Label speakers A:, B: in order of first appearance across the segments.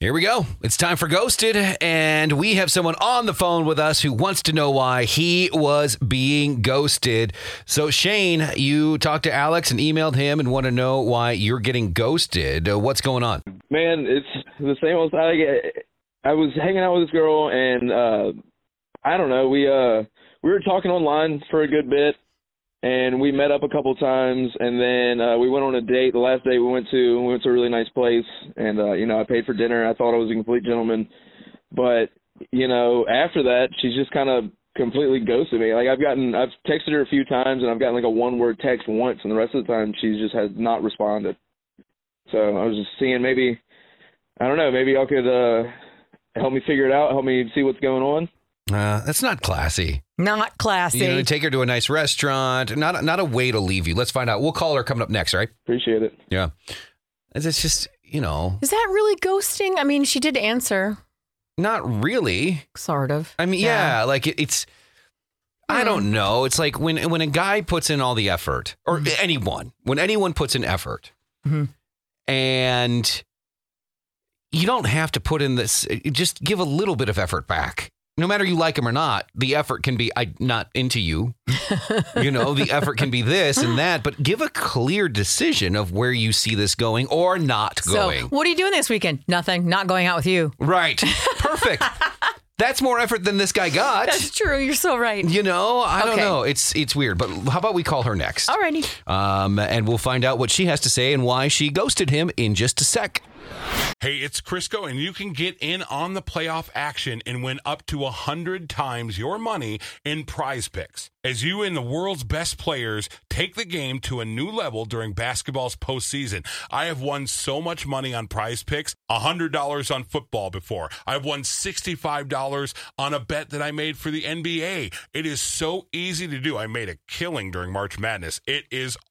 A: Here we go. It's time for Ghosted, and we have someone on the phone with us who wants to know why he was being ghosted. So, Shane, you talked to Alex and emailed him and want to know why you're getting ghosted. Uh, what's going on?
B: Man, it's the same old I get. I was hanging out with this girl, and uh, I don't know. We uh, we were talking online for a good bit, and we met up a couple times, and then uh, we went on a date. The last date we went to, we went to a really nice place, and uh, you know, I paid for dinner. I thought I was a complete gentleman, but you know, after that, she's just kind of completely ghosted me. Like I've gotten, I've texted her a few times, and I've gotten like a one-word text once, and the rest of the time, she's just has not responded. So I was just seeing maybe, I don't know, maybe y'all could uh, help me figure it out, help me see what's going on.
A: Uh, that's not classy.
C: Not classy.
A: You know, take her to a nice restaurant. Not not a way to leave you. Let's find out. We'll call her coming up next. All right?
B: Appreciate it.
A: Yeah. It's just you know,
C: Is that really ghosting? I mean, she did answer,
A: not really.
C: sort of.
A: I mean, yeah, like it, it's.
C: Hmm.
A: I don't know. It's like when when a guy puts in all the effort, or
C: Hmm.
A: anyone, when anyone puts in effort,
C: Mhm.
A: and you don't have to put in this. Just give a little bit of effort back. No matter you like him or not, the effort can be I not into you. you know, the effort can be this and that, but give a clear decision of where you see this going or not going.
C: So, what are you doing this weekend? Nothing. Not going out with you.
A: right. Perfect. That's more effort than this guy got.
C: That's true. You're so right.
A: You know, I don't
C: Okay.
A: know. It's it's weird, but how about we call her next?
C: Alrighty.
A: Um, and we'll find out what she has to say and why she ghosted him in just a sec.
D: Hey, it's Crisco, and you can get in on the playoff action and win up to 100 times your money in prize picks. As you and the world's best players take the game to a new level during basketball's postseason, I have won so much money on prize picks $100 on football before. I've won $65 on a bet that I made for the NBA. It is so easy to do. I made a killing during March Madness. It is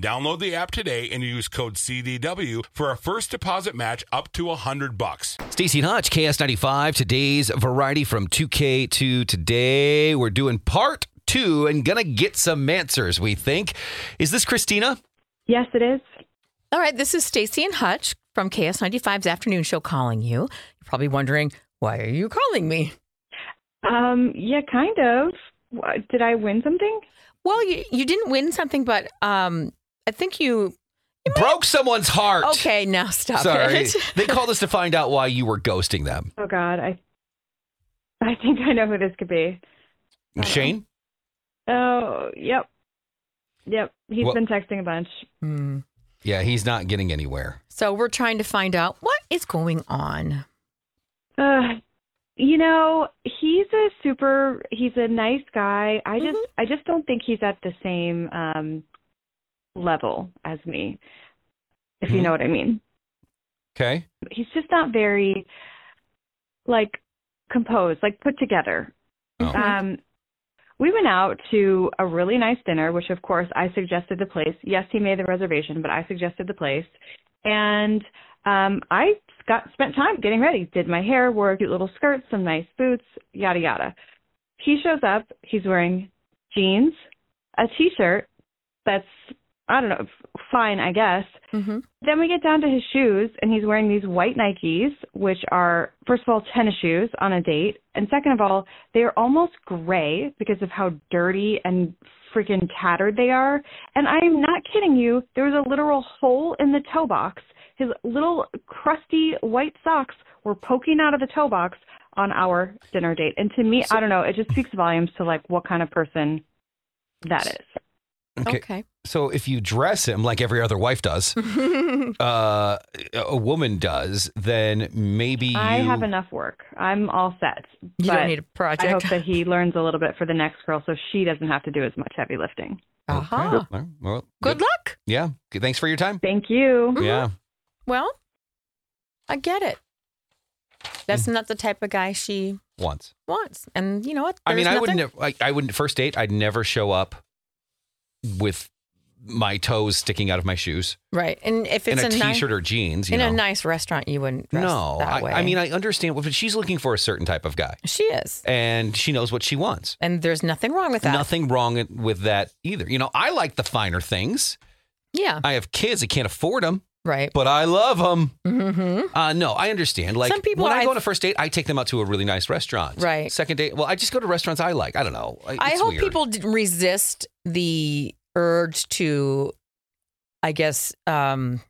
D: download the app today and use code CDW for a first deposit match up to 100 bucks.
A: Stacey Hutch, KS95, today's variety from 2K to today. We're doing part two and gonna get some answers, we think. Is this Christina?
E: Yes, it is.
C: All right, this is Stacy and Hutch from KS95's afternoon show calling you. You're probably wondering, why are you calling me?
E: Um, yeah, kind of. Wha- Did I win something?
C: Well, you, you didn't win something, but um, I think you.
A: Broke someone's heart.
C: Okay, now stop
A: Sorry.
C: it.
A: they called us to find out why you were ghosting them.
E: Oh God, I, I think I know who this could be.
A: Shane?
E: Oh, yep, yep. He's
A: Well-
E: been texting a bunch.
C: Hmm.
A: Yeah, he's not getting anywhere.
C: So we're trying to find out what is going on.
E: Uh, you know, he's a super. He's a nice guy. I just, I just don't think he's at the same um level as me. If you
A: Mhm.
E: know what I mean.
A: Okay.
E: He's just not very, like, composed, like put together.
A: Oh.
E: Um, we went out to a really nice dinner, which of course I suggested the place. Yes, he made the reservation, but I suggested the place, and um, I got spent time getting ready, did my hair, wore a cute little skirt, some nice boots, yada yada. He shows up. He's wearing jeans, a t-shirt that's I don't know, f- fine I guess.
C: Mm-hmm.
E: Then we get down to his shoes, and he's wearing these white Nikes, which are, first of all, tennis shoes on a date. And second of all, they are almost gray because of how dirty and freaking tattered they are. And I am not kidding you, there was a literal hole in the toe box. His little crusty white socks were poking out of the toe box on our dinner date. And to me, I don't know, it just speaks volumes to like what kind of person that is.
A: Okay. So if you dress him like every other wife does,
C: okay.
A: uh, a woman does, then maybe
E: I
A: you-
E: have enough work. I'm all set.
C: You
E: but-
C: don't need a project.
E: I hope that he learns a little bit for the next girl so she doesn't have to do as much heavy lifting.
A: Oh, Okay.
C: Uh-huh.
A: All right. Well,
C: Good luck. Mm-hmm.
A: Yeah. Good- Thanks for your time.
E: Thank you.
A: Yeah.
C: Well, I get it. That's not the type of guy she
A: once.
C: wants. And you know what?
A: I mean,
C: There's
A: I wouldn't.
C: nothing-
A: Have, I, I wouldn't first date. I'd never show up with my toes sticking out of my shoes
C: Right. And if
A: in
C: it's
A: a
C: a nice
A: t-shirt or jeans. You
C: in
A: know,
C: a nice restaurant, you wouldn't dress
A: no.
C: that
A: I,
C: way.
A: I mean, I understand, but she's looking for a certain type of guy,
C: she is,
A: and she knows what she wants.
C: and there's nothing wrong with that.
A: Nothing wrong with that either. You know, I like the finer things.
C: Yeah.
A: I have kids; I can't afford them,
C: Right.
A: but I love them.
C: hmm
A: Uh, no, I understand. Like
C: Some people
A: when I,
C: I-
A: go on a first date, I take them out to a really nice restaurant.
C: Right.
A: Second date, well, I just go to restaurants I like. I don't know. It's
C: I hope
A: weird.
C: people d- resist the urge to, I guess, um,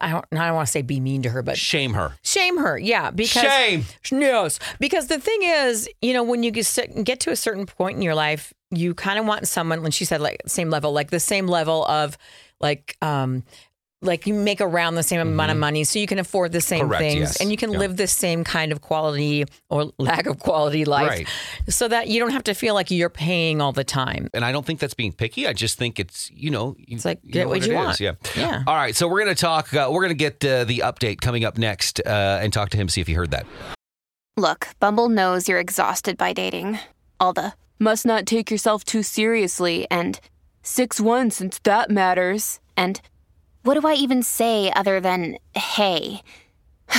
C: I don't. I don't want to say be mean to her, but
A: shame her.
C: shame her. Yeah, because
A: shame.
C: Yes, because the thing is, you know, when you get cer- get to a certain point in your life, you kind of want someone. When she said like same level, like the same level of like um like you make around the same amount of money, so you can afford the same
A: Correct,
C: things,
A: yes.
C: and you can
A: Yeah.
C: live the same kind of quality or lack of quality life,
A: Right.
C: so that you don't have to feel like you're paying all the time.
A: and I don't think that's being picky. I just think it's you know you-
C: It's like,
A: you
C: get
A: know
C: what you
A: it is.
C: want.
A: Yeah.
C: Yeah.
A: All right, so we're gonna talk. Uh, we're gonna get uh, the update coming up next, uh, and talk to him see if he heard that.
F: Look, Bumble knows you're exhausted by dating. All the must not take yourself too seriously and 6 1 since that matters. And what do I even say other than hey?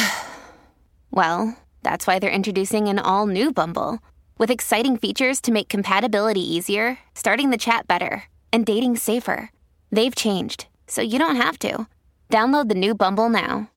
F: well, that's why they're introducing an all new Bumble with exciting features to make compatibility easier, starting the chat better, and dating safer. They've changed, so you don't have to. Download the new Bumble now.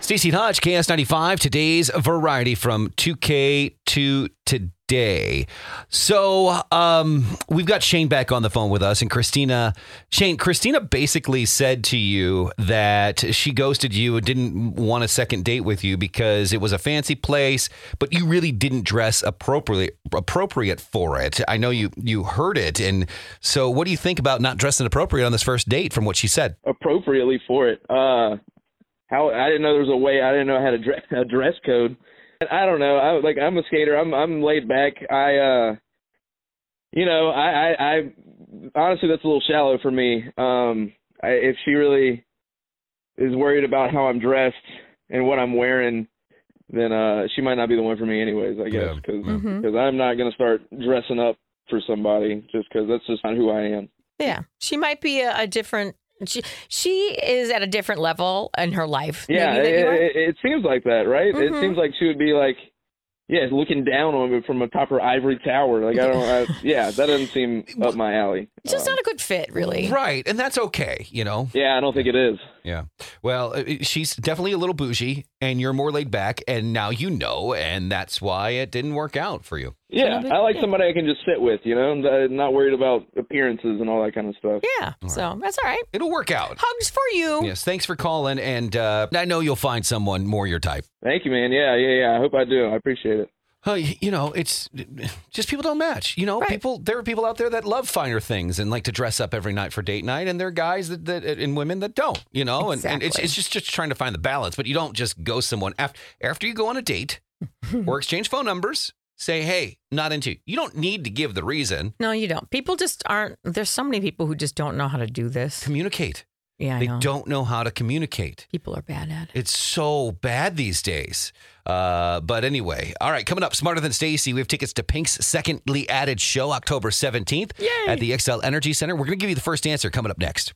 A: Stacey Hodge, KS95, today's variety from 2K to today. So um, we've got Shane back on the phone with us, and Christina, Shane, Christina basically said to you that she ghosted you and didn't want a second date with you because it was a fancy place, but you really didn't dress appropriate appropriate for it. I know you you heard it, and so what do you think about not dressing appropriate on this first date? From what she said,
B: appropriately for it. Uh, how I didn't know there was a way. I didn't know how to dress, a dress code. And I don't know. I like I'm a skater. I'm I'm laid back. I uh, you know, I I, I honestly that's a little shallow for me. Um, I, if she really is worried about how I'm dressed and what I'm wearing. Then uh, she might not be the one for me, anyways. I
A: Yeah.
B: guess because
C: Mhm.
B: I'm not gonna start dressing up for somebody just 'cause that's just not who I am.
C: Yeah, she might be a, a different. She, she is at a different level in her life.
B: Yeah,
C: maybe, that you
B: it,
C: are.
B: it, it seems like that, right?
C: Mhm.
B: It seems like she would be like, yeah, looking down on me from atop her ivory tower. Like I don't, I, yeah, that doesn't seem up my alley.
C: just
B: Um,
C: not a good fit, really.
A: right? And that's okay, you know.
B: yeah, I don't think it is.
A: Yeah. Well, uh, she's definitely a little bougie, and you're more laid back, and now you know, and that's why it didn't work out for you.
B: Yeah,
C: little bit-
B: I like
C: yeah.
B: somebody I can just sit with, you know, and, uh, not worried about appearances and all that kind of stuff.
C: Yeah. So that's all right.
A: It'll work out.
C: Hugs for you.
A: Yes. Thanks for calling, and uh, I know you'll find someone more your type.
B: Thank you, man. Yeah, yeah, yeah. I hope I do. I appreciate it.
A: Uh, y- you know, it's just people don't match. You know,
C: Right.
A: people there are people out there that love finer things and like to dress up every night for date night, and there are guys that, that uh, and women that don't. You know, and, and it's
C: Exactly.
A: it's just just trying to find the balance. But you don't just go someone after after you go on a date or exchange phone numbers. Say, hey, not into you. You don't need to give the reason.
C: No, you don't. People just aren't. There's so many people who just don't know how to do this.
A: communicate.
C: Yeah, I
A: they
C: know.
A: don't know how to communicate.
C: People are bad at it.
A: It's so bad these days. Uh, but anyway, all right, coming up, Smarter Than Stacy, we have tickets to Pink's secondly added show, October 17th
C: Yay!
A: at the XL Energy Center. We're going to give you the first answer coming up next.